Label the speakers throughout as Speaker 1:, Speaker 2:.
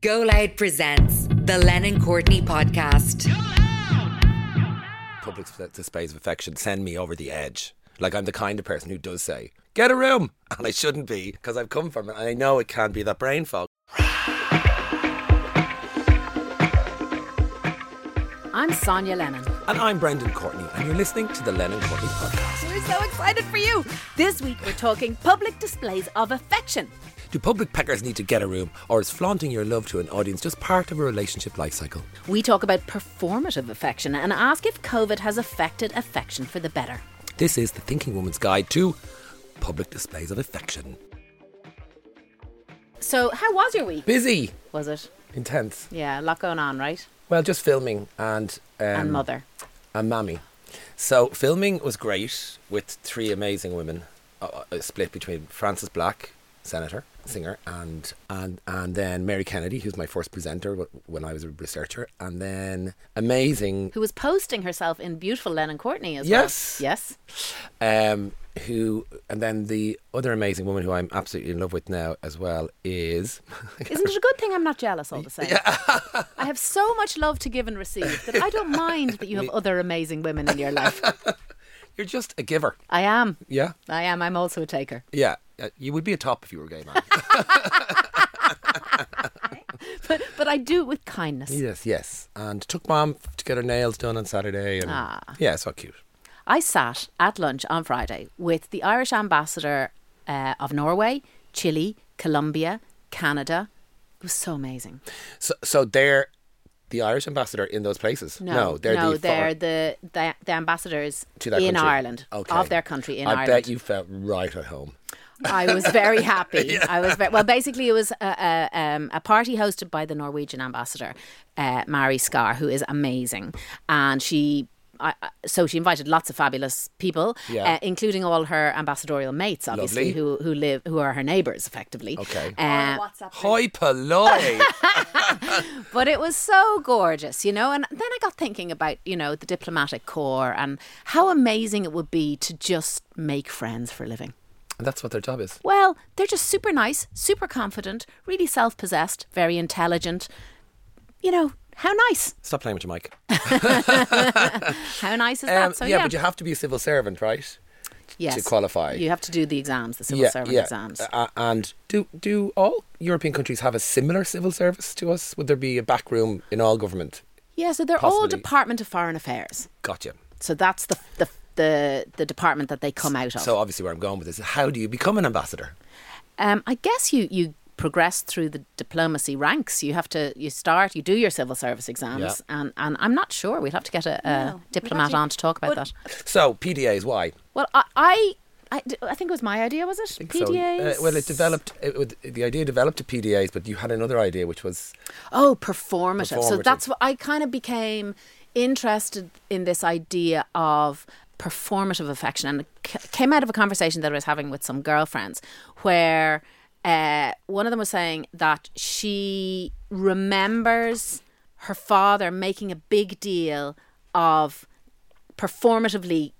Speaker 1: Go Loud presents the Len and Courtney podcast.
Speaker 2: public sp- displays of affection send me over the edge. Like I'm the kind of person who does say, "Get a room," and I shouldn't be because I've come from it, and I know it can be that brain fog.
Speaker 3: I'm Sonia Lennon.
Speaker 2: And I'm Brendan Courtney, and you're listening to the Lennon Courtney podcast.
Speaker 3: We're so excited for you. This week we're talking public displays of affection.
Speaker 2: Do public peckers need to get a room, or is flaunting your love to an audience just part of a relationship life cycle?
Speaker 3: We talk about performative affection and ask if COVID has affected affection for the better.
Speaker 2: This is the Thinking Woman's Guide to Public Displays of Affection.
Speaker 3: So, how was your week?
Speaker 2: Busy,
Speaker 3: Was it?
Speaker 2: intense.
Speaker 3: Yeah, a lot going on, right?
Speaker 2: Well, just filming and um,
Speaker 3: and mother.
Speaker 2: and Mammy. So filming was great with three amazing women, uh, uh, split between Frances Black, senator, singer, and and and then Mary Kennedy, who's my first presenter wh- when I was a researcher, and then amazing
Speaker 3: Who was posting herself in beautiful Lennon Courtney as
Speaker 2: Yes.
Speaker 3: well. Yes.
Speaker 2: um, who and then the other amazing woman who I'm absolutely in love with now as well is
Speaker 3: Isn't it a good thing I'm not jealous all the same? I have so much love to give and receive that I don't mind that you have other amazing women in your life.
Speaker 2: you're just a giver.
Speaker 3: I am.
Speaker 2: Yeah,
Speaker 3: I am. I'm also a taker.
Speaker 2: yeah. Uh, you would be a top if you were a gay man.
Speaker 3: But, but I do it with kindness.
Speaker 2: yes, yes. And took mom to get her nails done on Saturday. And yeah, so cute.
Speaker 3: I sat at lunch on Friday with the Irish ambassador uh, of Norway, Chile, Colombia, Canada. It was so amazing.
Speaker 2: So, so they're the Irish ambassador in those places. No, they're
Speaker 3: no,
Speaker 2: the
Speaker 3: they're
Speaker 2: foreign-
Speaker 3: the, the the ambassadors
Speaker 2: to their
Speaker 3: in
Speaker 2: country.
Speaker 3: Ireland
Speaker 2: Okay.
Speaker 3: of their country in
Speaker 2: I
Speaker 3: Ireland.
Speaker 2: bet you felt right at home.
Speaker 3: I was very happy. I was very, well. Basically, it was a, a, um, a party hosted by the Norwegian ambassador, uh, Mari Skar, who is amazing, and she. I, I- so she invited lots of fabulous people,
Speaker 2: Yeah.
Speaker 3: uh, including all her ambassadorial mates, obviously,
Speaker 2: Lovely.
Speaker 3: who who live who are her neighbours, effectively.
Speaker 2: Okay.
Speaker 3: Uh,
Speaker 2: Hi, Paloi.
Speaker 3: but it was so gorgeous, you know. And then I got thinking about you know the diplomatic corps and how amazing it would be to just make friends for a living.
Speaker 2: And That's what their job is.
Speaker 3: Well, they're just super nice, super confident, really self possessed, very intelligent. You know, how nice.
Speaker 2: Stop playing with your mic.
Speaker 3: How nice is
Speaker 2: Um,
Speaker 3: that? So,
Speaker 2: yeah,
Speaker 3: yeah,
Speaker 2: but you have to be a civil servant, right?
Speaker 3: yes.
Speaker 2: to qualify.
Speaker 3: You have to do the exams, the civil servant exams.
Speaker 2: Uh, and do do all European countries have a similar civil service to us? Would there be a back room in all government?
Speaker 3: yeah, so they're all
Speaker 2: possibly-
Speaker 3: Department of Foreign Affairs.
Speaker 2: Gotcha.
Speaker 3: So that's the, the, the, the department that they come out of.
Speaker 2: So obviously, where I'm going with this is how do you become an ambassador?
Speaker 3: Um, I guess you you progress through the diplomacy ranks. You have to you start you do your civil service exams, and and I'm not sure we'd have to get a, a diplomat on to talk about that.
Speaker 2: So PDA is why.
Speaker 3: Well, I. I I, d- I think it was my idea, was it?
Speaker 2: So, uh,
Speaker 3: PDAs.
Speaker 2: well, it developed. It, would- the idea developed to PDAs, but you had another idea, which was
Speaker 3: Oh, performative. So
Speaker 2: Performative.
Speaker 3: that's what I kind of became interested in this idea of performative affection, and it c- came out of a conversation that I was having with some girlfriends, where uh, one of them was saying that she remembers her father making a big deal of performatively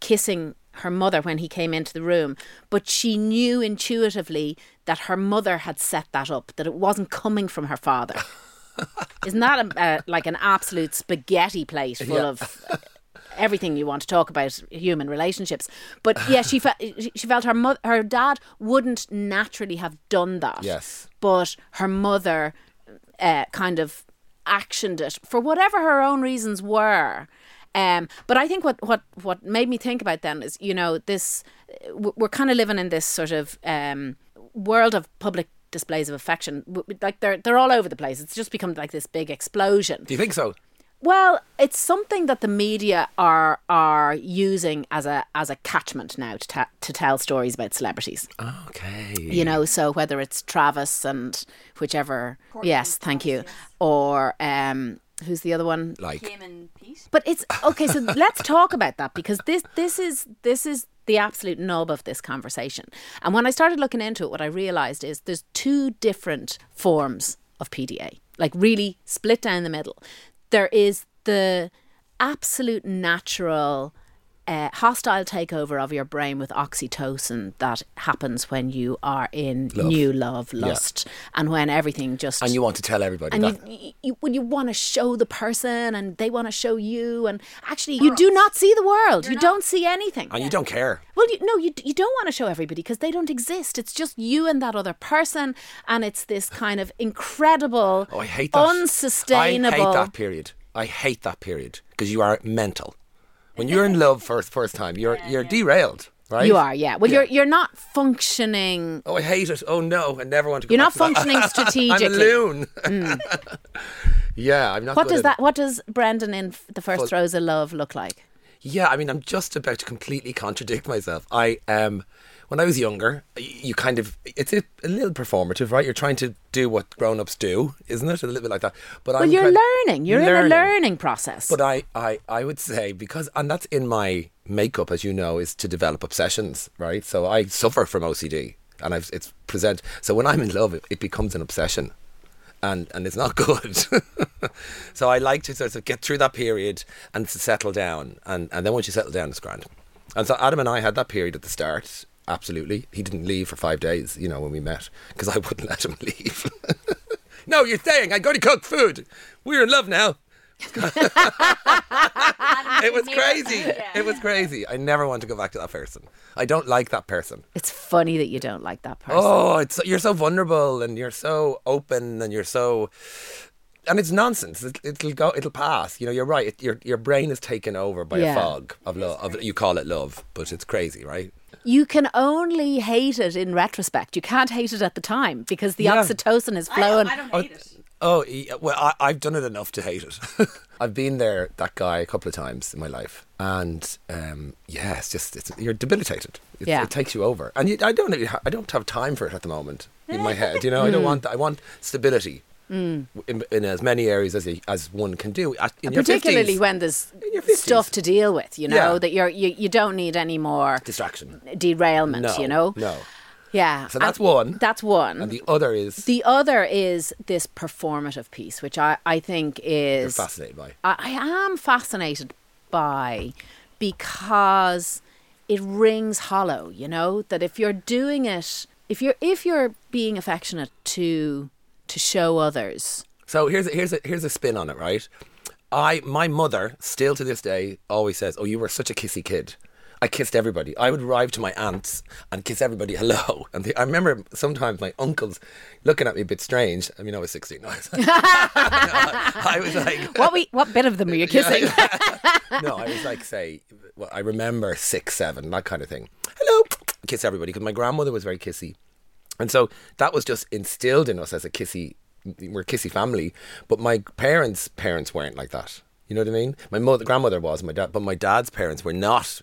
Speaker 3: kissing her mother when he came into the room, but she knew intuitively that her mother had set that up, that it wasn't coming from her father. Isn't that a, a, like an absolute spaghetti plate full
Speaker 2: Yeah.
Speaker 3: of everything you want to talk about human relationships? But yeah, she felt she felt her mother, her dad wouldn't naturally have done that.
Speaker 2: Yes.
Speaker 3: but her mother uh, kind of actioned it for whatever her own reasons were. Um, but I think what, what, what made me think about then is, you know, this, w- we're kind of living in this sort of um, world of public displays of affection. W- w- Like they're, they're all over the place. It's just become like this big explosion.
Speaker 2: Do you think so?
Speaker 3: Well, it's something that the media are, are using as a, as a catchment now to, ta- to tell stories about celebrities
Speaker 2: Okay.
Speaker 3: you know so whether it's travis and whichever yes thank you or um who's the other one
Speaker 2: Like,
Speaker 3: but it's okay so let's talk about that because this this is this is the absolute nub of this conversation and when i started looking into it what i realized is there's two different forms of pda like really split down the middle there is the absolute natural uh, hostile takeover of your brain with oxytocin that happens when you are in
Speaker 2: Love.
Speaker 3: new love, lust, and when everything just
Speaker 2: And you want to tell everybody
Speaker 3: and
Speaker 2: that.
Speaker 3: you, you, you when you want to show the person and they want to show you and actually you do not see the world you don't see anything
Speaker 2: and you don't care.
Speaker 3: well you, no you, you don't want to show everybody because they don't exist it's just you and that other person and it's this kind of incredible
Speaker 2: Oh, I hate that.
Speaker 3: unsustainable
Speaker 2: I hate that period. I hate that period because you are mental. When you're in love for the first time, you're you're derailed, right?
Speaker 3: you are yeah well you're you're not functioning
Speaker 2: Oh, I hate it. Oh no, I never want to. Go
Speaker 3: you're
Speaker 2: back
Speaker 3: not
Speaker 2: to that.
Speaker 3: functioning strategically Mm.
Speaker 2: I'm a loon. yeah, I'm not.
Speaker 3: what
Speaker 2: good
Speaker 3: does
Speaker 2: at it.
Speaker 3: that what does brendan in f- the first
Speaker 2: Full-
Speaker 3: throes of love look like
Speaker 2: Yeah, I mean, I'm just about to completely contradict myself. I um, when I was younger, y- you kind of it's a, a little performative, right? You're trying to do what grown-ups do, isn't it? A little bit like that. But
Speaker 3: well
Speaker 2: I'm
Speaker 3: you're
Speaker 2: kind-
Speaker 3: learning you're in a learning process
Speaker 2: But I, I, I would say because and that's in my makeup, as you know, is to develop obsessions, right? So I suffer from OCD, and I've, it's present. So when I'm in love, it, it becomes an obsession, and and it's not good. so I like to sort of get through that period and to settle down, and and then once you settle down, it's grand. And so Adam and I had that period at the start. Absolutely, he didn't leave for five days. You know when we met because I wouldn't let him leave. no, you're staying. I'm going to cook food. We're in love now it was crazy. It was crazy. I never want to go back to that person. I don't like that person.
Speaker 3: it's funny that you don't like that person
Speaker 2: Oh, it's you're so vulnerable and you're so open and you're so and it's nonsense. It, it'll go. It'll pass. You know, you're right. It, your your brain is taken over by
Speaker 3: Yeah.
Speaker 2: a fog of love. Of, you call it love, but it's crazy, right?
Speaker 3: You can only hate it in retrospect. You can't hate it at the time because the
Speaker 2: Yeah.
Speaker 3: oxytocin is
Speaker 4: I
Speaker 3: flowing.
Speaker 4: don't, I don't hate it.
Speaker 2: Oh y- well, I, I've done it enough to hate it. I've been there, that guy, a couple of times in my life, and um, yeah, it's just it's, you're debilitated. It,
Speaker 3: Yeah.
Speaker 2: it takes you over, and you, I don't really ha- I don't have time for it at the moment in my head. You know, I don't
Speaker 3: Mm.
Speaker 2: want that. I want stability in, in as many areas as you, as one can do. At- In your
Speaker 3: Particularly
Speaker 2: 50s,
Speaker 3: when there's
Speaker 2: your 50s.
Speaker 3: stuff to deal with, you know,
Speaker 2: Yeah.
Speaker 3: that you're you, you don't need any more
Speaker 2: distraction.
Speaker 3: derailment,
Speaker 2: No,
Speaker 3: you know?
Speaker 2: no.
Speaker 3: Yeah.
Speaker 2: So that's one.
Speaker 3: That's one.
Speaker 2: And the other is
Speaker 3: The other is this performative piece, which I, I think
Speaker 2: you're
Speaker 3: is
Speaker 2: fascinated by.
Speaker 3: I, I am fascinated by because it rings hollow, you know, that if you're doing it if you're if you're being affectionate to to show others.
Speaker 2: So here's a, here's a, here's a spin on it, right? I my mother still to this day always says, "Oh, you were such a kissy kid." I kissed everybody. I would arrive to my aunts and kiss everybody hello. And they, I remember sometimes my uncles looking at me a bit strange. I mean, I was 16. I was like, I was like
Speaker 3: What we what bit of them are you kissing?
Speaker 2: no, I was like, say, well, I remember six, seven, that kind of thing. Hello, kiss everybody, because my grandmother was very kissy. And so that was just instilled in us as a kissy, we're a kissy family. But my parents' parents weren't like that. You know what I mean? My mother, grandmother was, my dad, but my dad's parents were not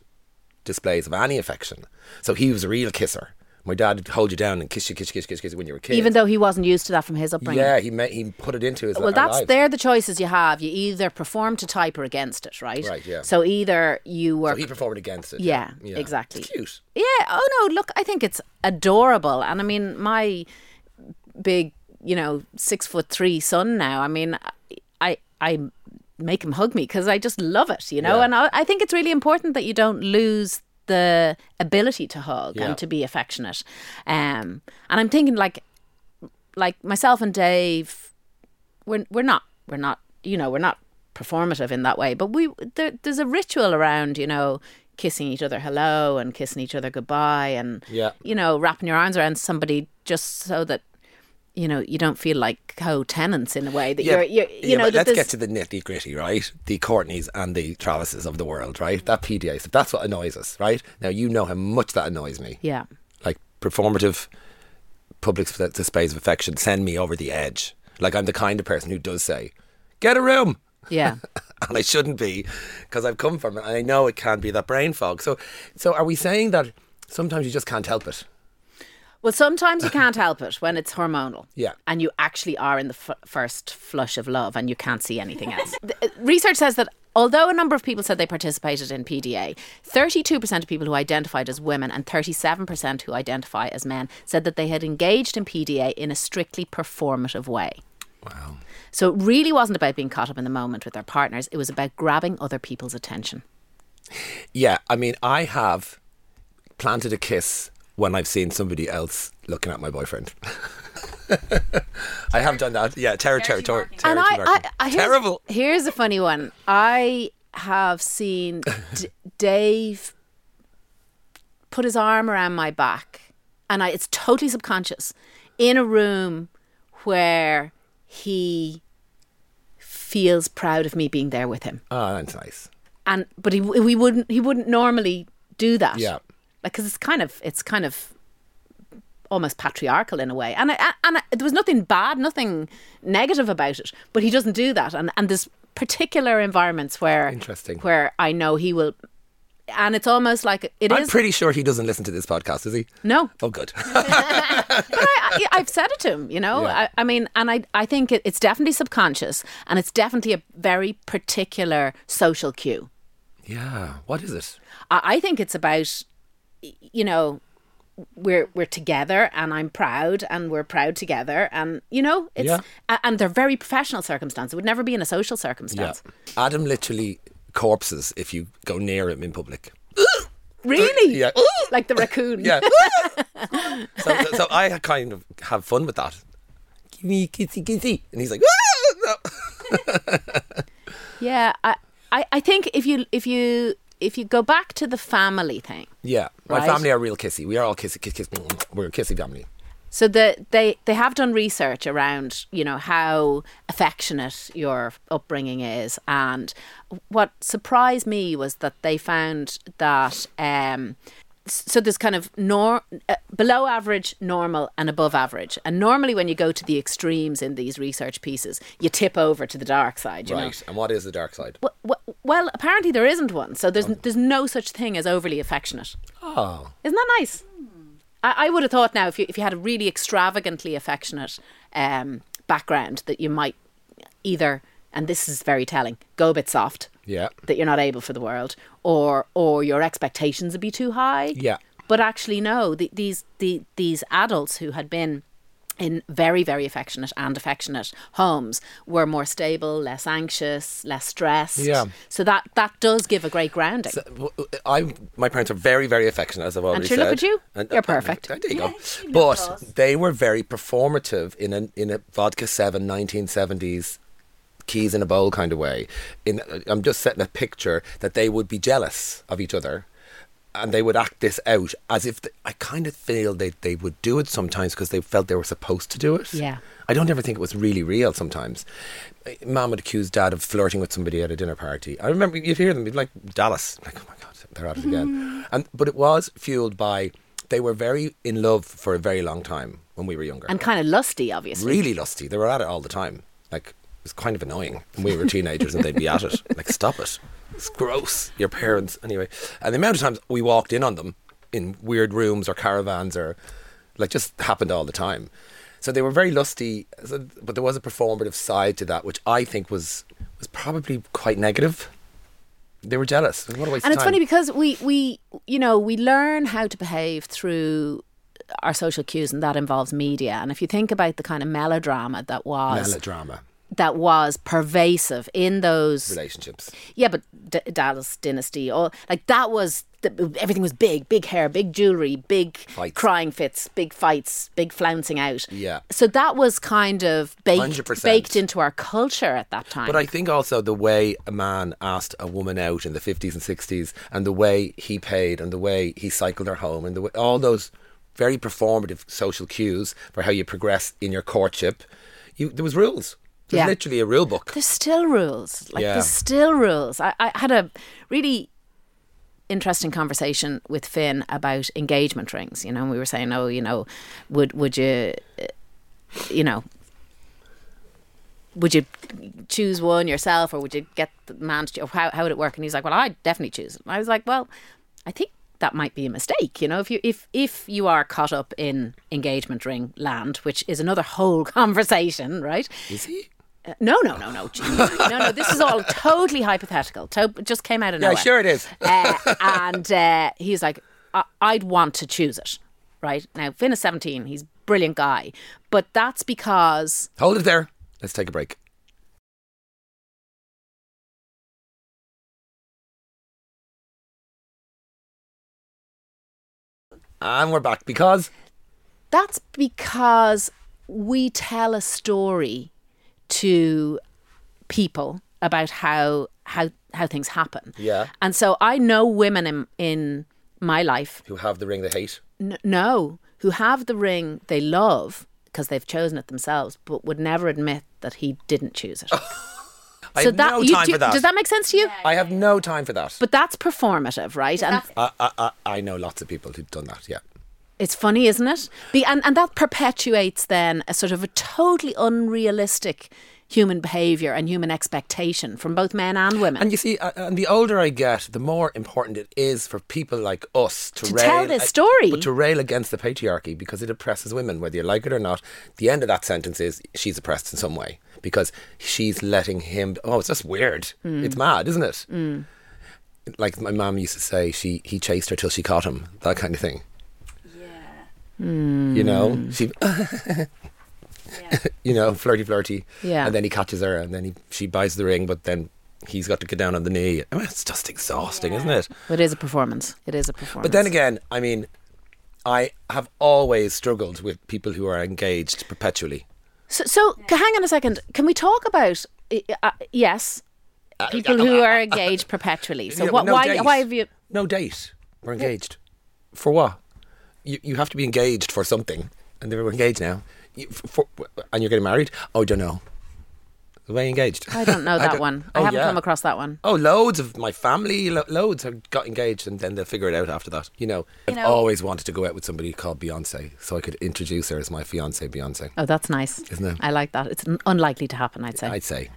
Speaker 2: displays of any affection. So he was a real kisser. My dad would hold you down and kiss you, kiss you, kiss you, kiss you, kiss you when you were a kid.
Speaker 3: Even though he wasn't used to that from his upbringing.
Speaker 2: yeah, he ma- he put it into his. uh,
Speaker 3: Well,
Speaker 2: our
Speaker 3: that's
Speaker 2: lives.
Speaker 3: they're the choices you have. You either perform to type or against it, right?
Speaker 2: Right, yeah.
Speaker 3: So either you were
Speaker 2: So he performed against it.
Speaker 3: Yeah, exactly.
Speaker 2: It's cute.
Speaker 3: Yeah. Oh no. Look, I think it's adorable, and I mean, my big, you know, six foot three son now. I mean, I I make him hug me because I just love it, you know.
Speaker 2: Yeah.
Speaker 3: And I, I think it's really important that you don't lose the ability to hug
Speaker 2: Yeah.
Speaker 3: and to be affectionate. Um, and I'm thinking like, like myself and Dave, we're we're not we're not you know we're not performative in that way but we there, there's a ritual around you know kissing each other hello and kissing each other goodbye and
Speaker 2: Yeah.
Speaker 3: you know wrapping your arms around somebody just so that you know you don't feel like co-tenants in a way that you're, you're you
Speaker 2: yeah,
Speaker 3: know
Speaker 2: but
Speaker 3: that
Speaker 2: let's get
Speaker 3: there's
Speaker 2: to the nitty gritty, right? The Courtneys and the Travises of the world, right? That PDA stuff. That's what annoys us, right? Now you know how much that annoys me.
Speaker 3: yeah
Speaker 2: Like performative public sp- displays of affection send me over the edge. Like I'm the kind of person who does say, "Get a room."
Speaker 3: yeah
Speaker 2: and I shouldn't be because I've come from it and I know it can be that brain fog. So so are we saying that sometimes you just can't help it?
Speaker 3: Well, sometimes you can't help it when it's hormonal.
Speaker 2: Yeah.
Speaker 3: And you actually are in the f- first flush of love and you can't see anything else. Th- Research says that although a number of people said they participated in PDA, 32% of people who identified as women and 37% who identify as men said that they had engaged in PDA in a strictly performative way.
Speaker 2: Wow.
Speaker 3: So it really wasn't about being caught up in the moment with their partners, it was about grabbing other people's attention.
Speaker 2: Yeah, I mean, I have planted a kiss when I've seen somebody else looking at my boyfriend. I have done that. Yeah, terror, terror, terror.
Speaker 3: and I, I, I here's,
Speaker 2: Terrible.
Speaker 3: Here's a funny one. I have seen D- Dave put his arm around my back, and I, it's totally subconscious, in a room where he feels proud of me being there with him,
Speaker 2: Oh, that's nice.
Speaker 3: and but he we wouldn't he wouldn't normally do that.
Speaker 2: Yeah.
Speaker 3: like because it's kind of it's kind of almost patriarchal in a way. And I, and I, there was nothing bad, nothing negative about it. But he doesn't do that. And and there's particular environments where
Speaker 2: Interesting.
Speaker 3: where I know he will. And it's almost like it
Speaker 2: I'm
Speaker 3: is-
Speaker 2: pretty sure he doesn't listen to this podcast, does he?
Speaker 3: no,
Speaker 2: Oh, good.
Speaker 3: but I, I, I've said it to him, you know.
Speaker 2: Yeah.
Speaker 3: I, I mean, and I, I think it, it's definitely subconscious, and it's definitely a very particular social cue.
Speaker 2: yeah. What is it?
Speaker 3: I, I think it's about, y- you know, we're we're together, and I'm proud, and we're proud together, and you know, it's
Speaker 2: Yeah.
Speaker 3: a- and they're very professional circumstances. It would never be in a social circumstance.
Speaker 2: Adam literally corpses if you go near him in public.
Speaker 3: Really?
Speaker 2: Yeah.
Speaker 3: Like the raccoon.
Speaker 2: Yeah. so, so, so I kind of have fun with that. Give me kissy kissy. And he's like, "Ah, no.
Speaker 3: Yeah, I, I, I think if you if you if you go back to the family thing,
Speaker 2: Yeah. My
Speaker 3: Right.
Speaker 2: family are real kissy. We are all kissy, kiss, kiss. We're a kissy family.
Speaker 3: So the, they they have done research around you know how affectionate your upbringing is, and what surprised me was that they found that um, s- so there's kind of nor uh, below average, normal, and above average, and normally when you go to the extremes in these research pieces, you tip over to the dark side, you know.
Speaker 2: Right. And what is the dark side?
Speaker 3: Well, well- well, apparently there isn't one, so there's there's no such thing as overly affectionate.
Speaker 2: Oh.
Speaker 3: Isn't that nice? I, I would have thought now if you if you had a really extravagantly affectionate um, background that you might either and this is very telling go a bit soft
Speaker 2: Yeah.
Speaker 3: that you're not able for the world or or your expectations would be too high
Speaker 2: Yeah.
Speaker 3: but actually no the, these the, these adults who had been in very very affectionate and affectionate homes were more stable less anxious less stressed
Speaker 2: Yeah.
Speaker 3: so that that does give a great grounding
Speaker 2: I my parents are very very affectionate as I've already
Speaker 3: sure,
Speaker 2: said. uh,
Speaker 3: look at you. You're perfect.
Speaker 2: there you go. But they were very performative in a in a vodka 7 1970s keys in a bowl kind of way. In I'm just setting a picture that they would be jealous of each other. And they would act this out as if th- I kind of feel they, they would do it sometimes because they felt they were supposed to do it.
Speaker 3: Yeah.
Speaker 2: I don't ever think it was really real sometimes. Uh, Mum would accuse dad of flirting with somebody at a dinner party. I remember you'd hear them, you'd be like, Dallas. Like, oh my God, they're at it again. and But it was fueled by, they were very in love for a very long time when we were younger.
Speaker 3: and kind of lusty obviously
Speaker 2: really lusty. They were at it all the time. Like, it was kind of annoying. And we were teenagers and they'd be at it. Like, stop it. It's gross. Your parents, anyway. And the amount of times we walked in on them in weird rooms or caravans or, like, just happened all the time. So they were very lusty, so- but there was a performative side to that, which I think was was probably quite negative. They were jealous. What a waste
Speaker 3: and
Speaker 2: of
Speaker 3: it's
Speaker 2: time.
Speaker 3: funny because we we you know we learn how to behave through our social cues and that involves media and if you think about the kind of melodrama that was
Speaker 2: melodrama
Speaker 3: that was pervasive in those
Speaker 2: relationships.
Speaker 3: yeah but D- dallas dynasty all like that was the, everything was big big hair big jewelry big
Speaker 2: Fights.
Speaker 3: crying fits big fights big flouncing out
Speaker 2: Yeah.
Speaker 3: so that was kind of baked
Speaker 2: 100%.
Speaker 3: baked into our culture at that time
Speaker 2: But I think also the way a man asked a woman out in the 50s and 60s, and the way he paid, and the way he cycled her home, and the way, all those very performative social cues for how you progress in your courtship, you, there was rules. There's
Speaker 3: Yeah.
Speaker 2: literally a rule book.
Speaker 3: there's still rules. Like
Speaker 2: Yeah.
Speaker 3: there's still rules. I, I had a really interesting conversation with Finn about engagement rings. You know, and we were saying, oh, you know, would would you, uh, you know, would you choose one yourself or would you get the man to? Or how how would it work? And he's like, well, I would definitely choose. it. And I was like, well, I think that might be a mistake. You know, if you if if you are caught up in engagement ring land, which is another whole conversation, right?
Speaker 2: Is he?
Speaker 3: Uh, No, no, no, no, Jean. no, no. This is all totally hypothetical. To- just came out of
Speaker 2: Yeah,
Speaker 3: nowhere.
Speaker 2: sure it is.
Speaker 3: Uh, and uh, he's like, I- I'd want to choose it, right? Now Finn is seventeen. He's a brilliant guy, but that's because
Speaker 2: Hold it there. Let's take a break. And we're back because
Speaker 3: That's because we tell a story to people about how how how things happen.
Speaker 2: Yeah.
Speaker 3: And so I know women in in my life
Speaker 2: who have the ring they hate.
Speaker 3: n- know who have the ring they love because they've chosen it themselves, but would never admit that he didn't choose it.
Speaker 2: Oh, I have no
Speaker 3: you
Speaker 2: time
Speaker 3: do-
Speaker 2: for that.
Speaker 3: does that make sense to you?
Speaker 2: I have no time for that.
Speaker 3: But that's performative, right? And
Speaker 2: I, I, I, I know lots of people who've done that. Yeah.
Speaker 3: It's funny, isn't it? Be, and, and that perpetuates then a sort of a totally unrealistic human behaviour and human expectation from both men and women.
Speaker 2: And you see, uh, and the older I get, the more important it is for people like us to,
Speaker 3: To
Speaker 2: rail,
Speaker 3: tell this
Speaker 2: uh,
Speaker 3: story.
Speaker 2: but to rail against the patriarchy because it oppresses women, whether you like it or not. The end of that sentence is she's oppressed in some way because she's letting him. Oh, it's just weird.
Speaker 3: Hmm.
Speaker 2: It's mad, isn't it? Like my mum used to say, she he chased her till she caught him. That kind of thing. Yeah. You know,
Speaker 3: Mm.
Speaker 2: she. you know, flirty, flirty.
Speaker 3: Yeah.
Speaker 2: And then he catches her, and then he, she buys the ring, but then he's got to get down on the knee. I mean, it's just exhausting, isn't it?
Speaker 3: But it is a performance. It is a performance.
Speaker 2: But then again, I mean, I have always struggled with people who are engaged perpetually.
Speaker 3: So, so c- hang on a second. Can we talk about, i- uh, yes,
Speaker 2: Uh,
Speaker 3: people who are engaged perpetually. So
Speaker 2: Yeah,
Speaker 3: what,
Speaker 2: no
Speaker 3: why,
Speaker 2: date.
Speaker 3: why have you...
Speaker 2: No date. We're engaged. For what? You, you have to be engaged for something. And they were engaged now. You, f- for, and you're getting married? Oh, I don't know. Why engaged?
Speaker 3: I don't know that
Speaker 2: don't-
Speaker 3: one. I
Speaker 2: Oh,
Speaker 3: haven't
Speaker 2: yeah.
Speaker 3: come across that one.
Speaker 2: Oh, loads of my family, lo- loads have got engaged, and then they'll figure it out after that. You know, I've
Speaker 4: know-
Speaker 2: always wanted to go out with somebody called Beyonce, so I could introduce her as my fiance, Beyonce.
Speaker 3: Oh, that's nice.
Speaker 2: Isn't it?
Speaker 3: I like that. It's n- unlikely to happen, I'd say.
Speaker 2: I'd say,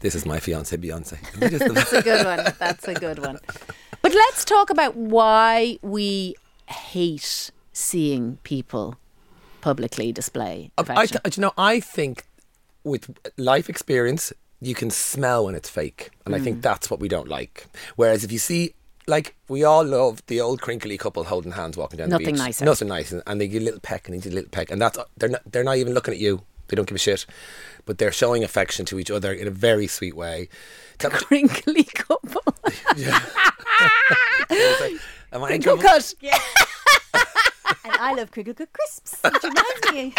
Speaker 2: this is my fiance, Beyonce. And that is the-
Speaker 3: good one. That's a good one. But let's talk about why we hate seeing people publicly display affection.
Speaker 2: I, th- you know, I think with life experience, you can smell when it's fake, and I
Speaker 3: Mm.
Speaker 2: think that's what we don't like. Whereas if you see. Like we all love the old crinkly couple holding hands walking down the
Speaker 3: Nothing
Speaker 2: beach.
Speaker 3: nicer.
Speaker 2: Nothing nice, and- and they give a little peck and they do a little peck, and that's they're not they're not even looking at you. They don't give a shit, but they're showing affection to each other in a very sweet way. That-
Speaker 3: Crinkly couple.
Speaker 2: Am I in
Speaker 3: Crinkle
Speaker 2: trouble?
Speaker 3: cut.
Speaker 4: And I love crinkle cut crisps, which reminds me.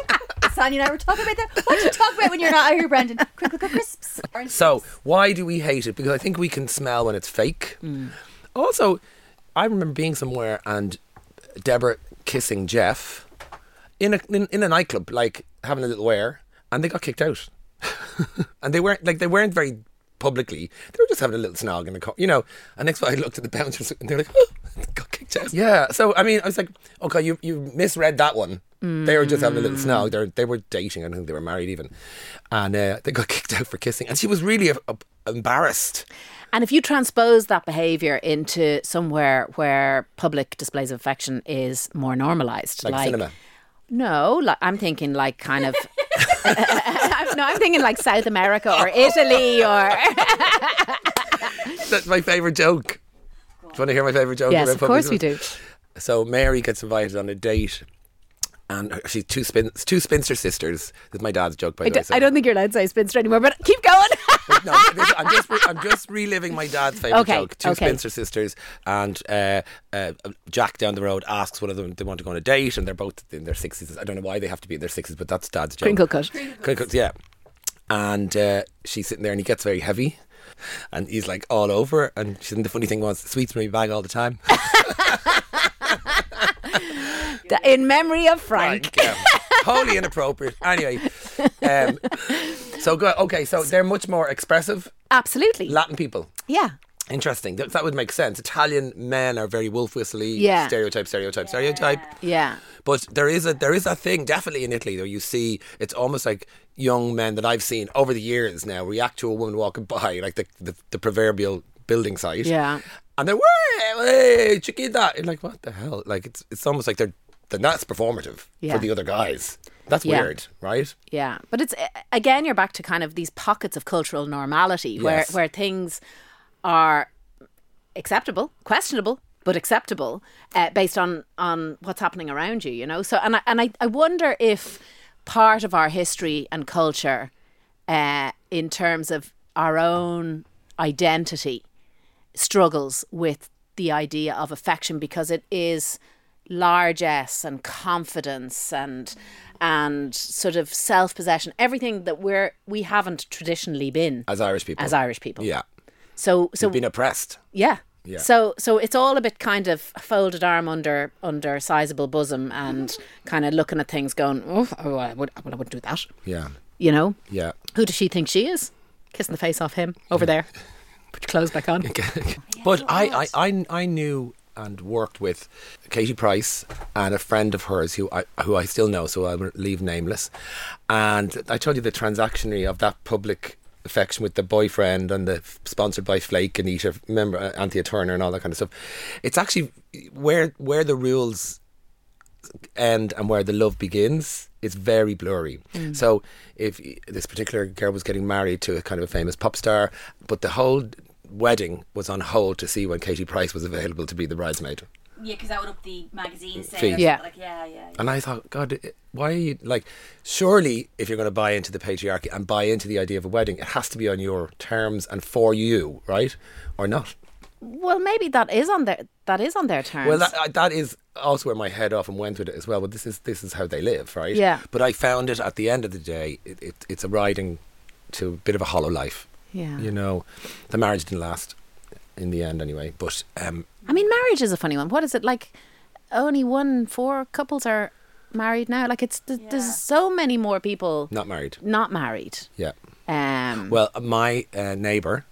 Speaker 4: Sonia and I were talking about that. What do you talk about when you're not out here, Brandon? Crinkle cut crisps. Aren't
Speaker 2: So why do we hate it? Because I think we can smell when it's fake. Also, I remember being somewhere and Deborah kissing Jeff in a in, in a nightclub, like having a little wear, and they got kicked out. and they weren't like they weren't very publicly. They were just having a little snog in the car, you know. And next time I looked at the bouncers, and they were like, oh, "Got kicked out." Yeah. So I mean, I was like, "Okay, you you misread that one." They were just having a little
Speaker 3: Mm.
Speaker 2: snog. They were, they were dating. I don't think they were married even, and uh, they got kicked out for kissing. And she was really uh, uh, embarrassed.
Speaker 3: And if you transpose that behaviour into somewhere where public displays of affection is more normalised,
Speaker 2: Like cinema.
Speaker 3: No, like, I'm thinking like kind of. I'm- no, I'm thinking like South America or Italy or
Speaker 2: That's my favorite joke. Do you want to hear my favorite joke?
Speaker 3: Yes,
Speaker 2: about
Speaker 3: of
Speaker 2: public
Speaker 3: course we
Speaker 2: displays? So Mary gets invited on a date, and her- she's two spin two spinster sisters. This is my dad's joke, by the way. so-
Speaker 3: I don't think you're allowed to say spinster anymore, but keep going.
Speaker 2: no, this- I'm just re- I'm just reliving my dad's favorite
Speaker 3: Okay,
Speaker 2: joke. Two
Speaker 3: okay.
Speaker 2: spinster sisters, and uh, uh, Jack down the road asks one of them they want to go on a date, and they're both in their sixties. I don't know why they have to be in their sixties, but that's dad's joke.
Speaker 3: Crinkle cut.
Speaker 2: Crinkle cut, yeah. And uh, she's sitting there, and he gets very heavy, and he's like all over. her, And she's, and the funny thing was, sweets in my bag all the time.
Speaker 3: In memory of Frank.
Speaker 2: Yeah. Wholly um, inappropriate. Anyway, um, so go okay. So they're much more expressive
Speaker 3: Absolutely.
Speaker 2: Latin people.
Speaker 3: yeah.
Speaker 2: Interesting. That, that would make sense. Italian men are very wolf whistly.
Speaker 3: Yeah.
Speaker 2: Stereotype, stereotype, stereotype.
Speaker 3: Yeah.
Speaker 2: But there is a there is a thing definitely in Italy though. You see, it's almost like young men that I've seen over the years now react to a woman walking by, like the the, the proverbial building site.
Speaker 3: Yeah.
Speaker 2: And they're way, way, chiquita. You're like, what the hell? Like it's it's almost like they're then that's performative
Speaker 3: Yeah.
Speaker 2: for the other guys. That's
Speaker 3: Yeah.
Speaker 2: weird, right?
Speaker 3: Yeah. But it's again you're back to kind of these pockets of cultural normality where
Speaker 2: Yes.
Speaker 3: where things are acceptable, questionable, but acceptable uh, based on on what's happening around you, you know. So and I, and I, I wonder if part of our history and culture uh, in terms of our own identity struggles with the idea of affection because it is largesse and confidence and and sort of self possession, everything that we're we haven't traditionally been
Speaker 2: as Irish people.
Speaker 3: as Irish people.
Speaker 2: Yeah.
Speaker 3: So so
Speaker 2: We've been oppressed.
Speaker 3: yeah.
Speaker 2: Yeah.
Speaker 3: So so it's all a bit kind of folded arm under under sizable bosom and kind of looking at things going, oh, oh I, would, I wouldn't do that.
Speaker 2: Yeah.
Speaker 3: You know?
Speaker 2: Yeah.
Speaker 3: Who does she think she is? Kissing the face off him over there. Put your clothes back on.
Speaker 2: but I, I, I, I knew and worked with Katie Price and a friend of hers who I, who I still know, so I will leave nameless. And I told you the transactionary of that public affection with the boyfriend and the sponsored by Flake and Eater, remember uh, Anthea Turner and all that kind of stuff. It's actually where where the rules end and where the love begins is very blurry. So if y- this particular girl was getting married to a kind of a famous pop star, but the whole wedding was on hold to see when Katie Price was available to be the bridesmaid.
Speaker 4: Yeah, because that would up the magazine
Speaker 2: Fees.
Speaker 4: sale.
Speaker 3: Yeah.
Speaker 4: Like, yeah, yeah. yeah.
Speaker 2: And I thought, God, i- why are you like? Surely, if you're going to buy into the patriarchy and buy into the idea of a wedding, it has to be on your terms and for you, right? Or not?
Speaker 3: Well, maybe that is on their that is on their terms.
Speaker 2: Well, that, I- that is also where my head often went with it as well. But this is this is how they live, right?
Speaker 3: Yeah.
Speaker 2: But I found it at the end of the day, it, it, it's a riding to a bit of a hollow life.
Speaker 3: yeah.
Speaker 2: You know, the marriage didn't last in the end, anyway. But um,
Speaker 3: I mean, marriage is a funny one. What is it like? Only one in four couples are married now. Like it's th-
Speaker 4: Yeah.
Speaker 3: there's so many more people
Speaker 2: not married.
Speaker 3: not married.
Speaker 2: Yeah.
Speaker 3: Um,
Speaker 2: Well, my uh, neighbour,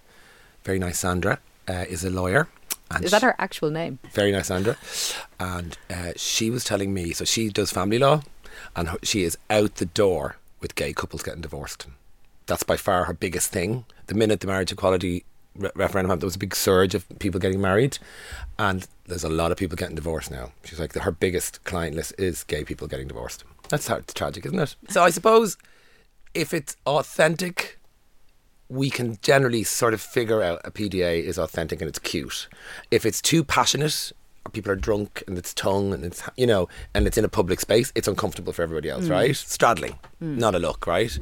Speaker 2: very nice Sandra, uh, is a lawyer. And
Speaker 3: is that her actual name?
Speaker 2: very nice Sandra, and uh, she was telling me so she does family law, and her, she is out the door with gay couples getting divorced. That's by far her biggest thing. The minute the marriage equality re- referendum happened, there was a big surge of people getting married, and there's a lot of people getting divorced now. She's like her biggest client list is gay people getting divorced. That's how it's tragic, isn't it? So I suppose if it's authentic we can generally sort of figure out a PDA is authentic and it's cute. If it's too passionate, or people are drunk and it's tongue and it's you know and it's in a public space, it's uncomfortable for everybody else, right? Straddling, not a look, right?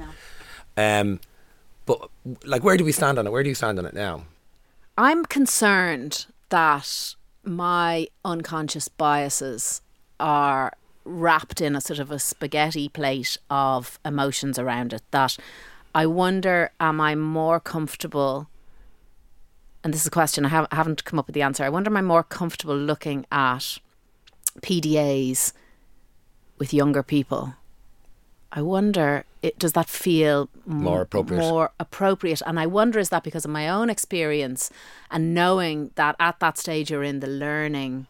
Speaker 2: Um, but like, where do we stand on it? Where do you stand on it now?
Speaker 3: I'm concerned that my unconscious biases are wrapped in a sort of a spaghetti plate of emotions around it. That I wonder, am I more comfortable? And this is a question I, have, I haven't come up with the answer. I wonder, am I more comfortable looking at PDAs with younger people? I wonder, it, does that feel m-
Speaker 2: More appropriate.
Speaker 3: More appropriate, and I wonder is that because of my own experience and knowing that at that stage you're in the learning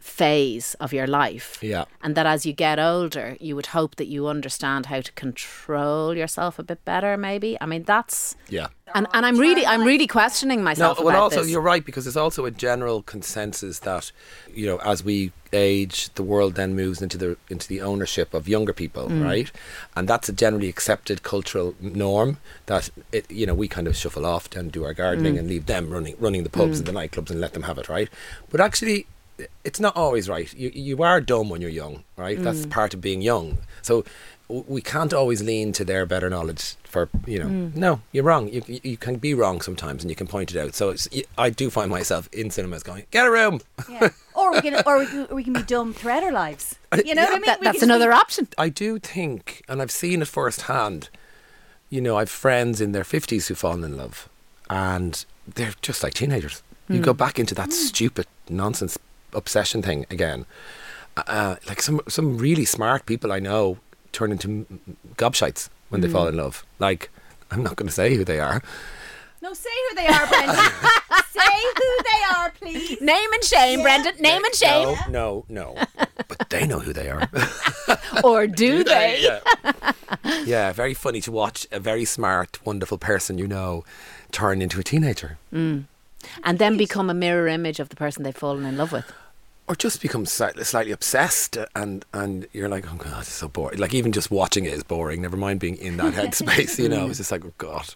Speaker 3: phase of your life,
Speaker 2: Yeah.
Speaker 3: and that as you get older, you would hope that you understand how to control yourself a bit better. Maybe I mean that's
Speaker 2: Yeah.
Speaker 3: and and I'm really I'm really questioning myself.
Speaker 2: well,
Speaker 3: about
Speaker 2: also
Speaker 3: this.
Speaker 2: you're right because there's also a general consensus that you know as we age, the world then moves into the into the ownership of younger people,
Speaker 3: Mm.
Speaker 2: right? And that's a generally accepted cultural norm that it you know we kind of shuffle off and do our
Speaker 3: Mm.
Speaker 2: gardening and leave them running running the pubs and the nightclubs and let them have it, right? But actually. It's not always right. You you are dumb when you're young, right? That's part of being young. So w- we can't always lean to their better knowledge for you know no you're wrong you, you you can be wrong sometimes and you can point it out so it's, y- i do find myself in cinemas going get a room
Speaker 4: yeah. Or we can, or we can, or we can be dumb throughout our lives.
Speaker 2: Uh,
Speaker 4: You know what I mean?
Speaker 3: That-
Speaker 4: We can
Speaker 3: that's
Speaker 4: just
Speaker 3: another
Speaker 4: be-
Speaker 3: option.
Speaker 2: I do think, and I've seen it firsthand, you know, I've friends in their 50s who've fallen in love and they're just like teenagers. You go back into that stupid nonsense obsession thing again. Uh, like some, some really smart people I know turn into m- m- gobshites when they fall in love. Like, I'm not going to say who they are.
Speaker 4: No, say who they are, Brendan. say who they are, please.
Speaker 3: Name and shame, Brendan. Name and shame,
Speaker 2: No, no, no. but they know who they are.
Speaker 3: or do, they?
Speaker 2: yeah. yeah, very funny to watch a very smart, wonderful person you know turn into a teenager
Speaker 3: And then become a mirror image of the person they've fallen in love with.
Speaker 2: or just become slightly, slightly obsessed and and you're like, oh god, it's so boring. Like even just watching it is boring. Never mind being in that headspace. You know, it's just like, oh god,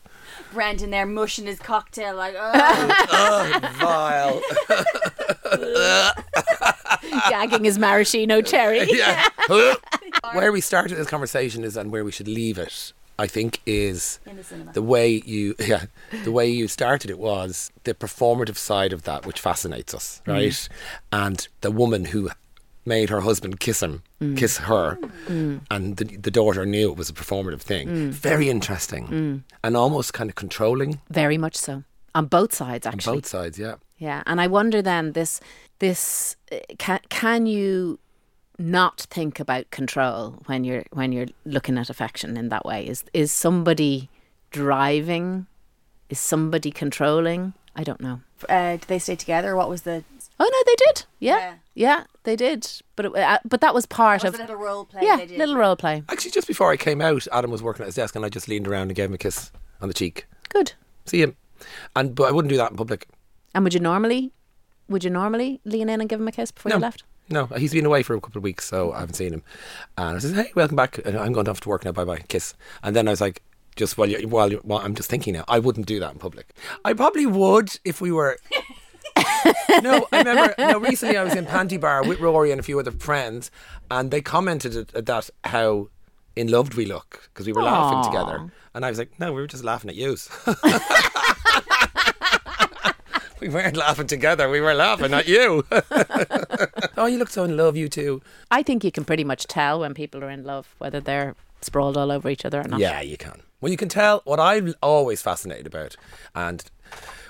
Speaker 4: Brendan there mushing his cocktail like, oh.
Speaker 2: vile.
Speaker 3: gagging his maraschino cherry.
Speaker 2: yeah. where we started this conversation is and where we should leave it. I think is
Speaker 4: In the cinema.
Speaker 2: way you yeah the way you started it was the performative side of that which fascinates us right and the woman who made her husband kiss him, kiss her, and the, the daughter knew it was a performative thing. Very interesting and almost kind of controlling
Speaker 3: Very much so. On both sides,
Speaker 2: on
Speaker 3: actually.
Speaker 2: both sides. Yeah,
Speaker 3: Yeah, and I wonder then this this uh, can can you not think about control when you're when you're looking at affection in that way? Is is somebody driving? Is somebody controlling? I don't know.
Speaker 4: Uh, did they stay together? What was the
Speaker 3: Oh no, they did. Yeah,
Speaker 4: Yeah.
Speaker 3: yeah, they did. But it, uh, but that was part
Speaker 4: was
Speaker 3: of
Speaker 4: a little role play
Speaker 3: yeah,
Speaker 4: they did.
Speaker 3: little role play.
Speaker 2: actually, just before I came out, Adam was working at his desk, and I just leaned around and gave him a kiss on the cheek.
Speaker 3: Good.
Speaker 2: See him, and but I wouldn't do that in public.
Speaker 3: And would you normally would you normally lean in and give him a kiss before you left?
Speaker 2: No, he's been away for a couple of weeks, so I haven't seen him. And I said, "Hey, welcome back. And I'm going off to work now. Bye bye. Kiss." And then I was like, "Just while you, while, you, while I'm just thinking now, I wouldn't do that in public. I probably would if we were." no, I remember. No, recently I was in Panty Bar with Rory and a few other friends, and they commented at, at that how in love we look because we were laughing together, and I was like, "No, we were just laughing at you." We weren't laughing together. We were laughing at you. oh, you look so in love, you two.
Speaker 3: I think you can pretty much tell when people are in love whether they're sprawled all over each other or not.
Speaker 2: Yeah, you can. Well, you can tell what I'm always fascinated about, and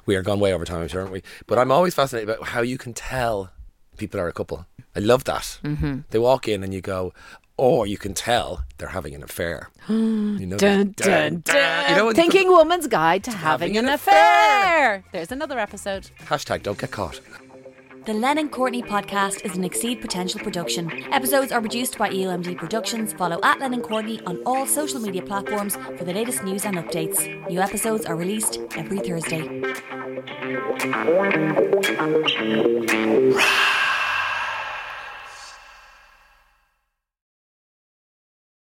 Speaker 2: we are gone way over time, I'm sure, aren't we? But I'm always fascinated about how you can tell people are a couple. I love that. Mm-hmm. They walk in and you go, or you can tell they're having an affair. You know,
Speaker 3: Dun,
Speaker 2: that-
Speaker 3: dun, dun.
Speaker 2: You know, when-
Speaker 3: Thinking Woman's Guide to Having, an, affair. There's another episode.
Speaker 2: Hashtag don't get caught.
Speaker 5: The Len and Courtney podcast is an Exceed Potential production. Episodes are produced by E ELMD Productions. Follow at Len and Courtney on all social media platforms for the latest news and updates. New episodes are released every Thursday.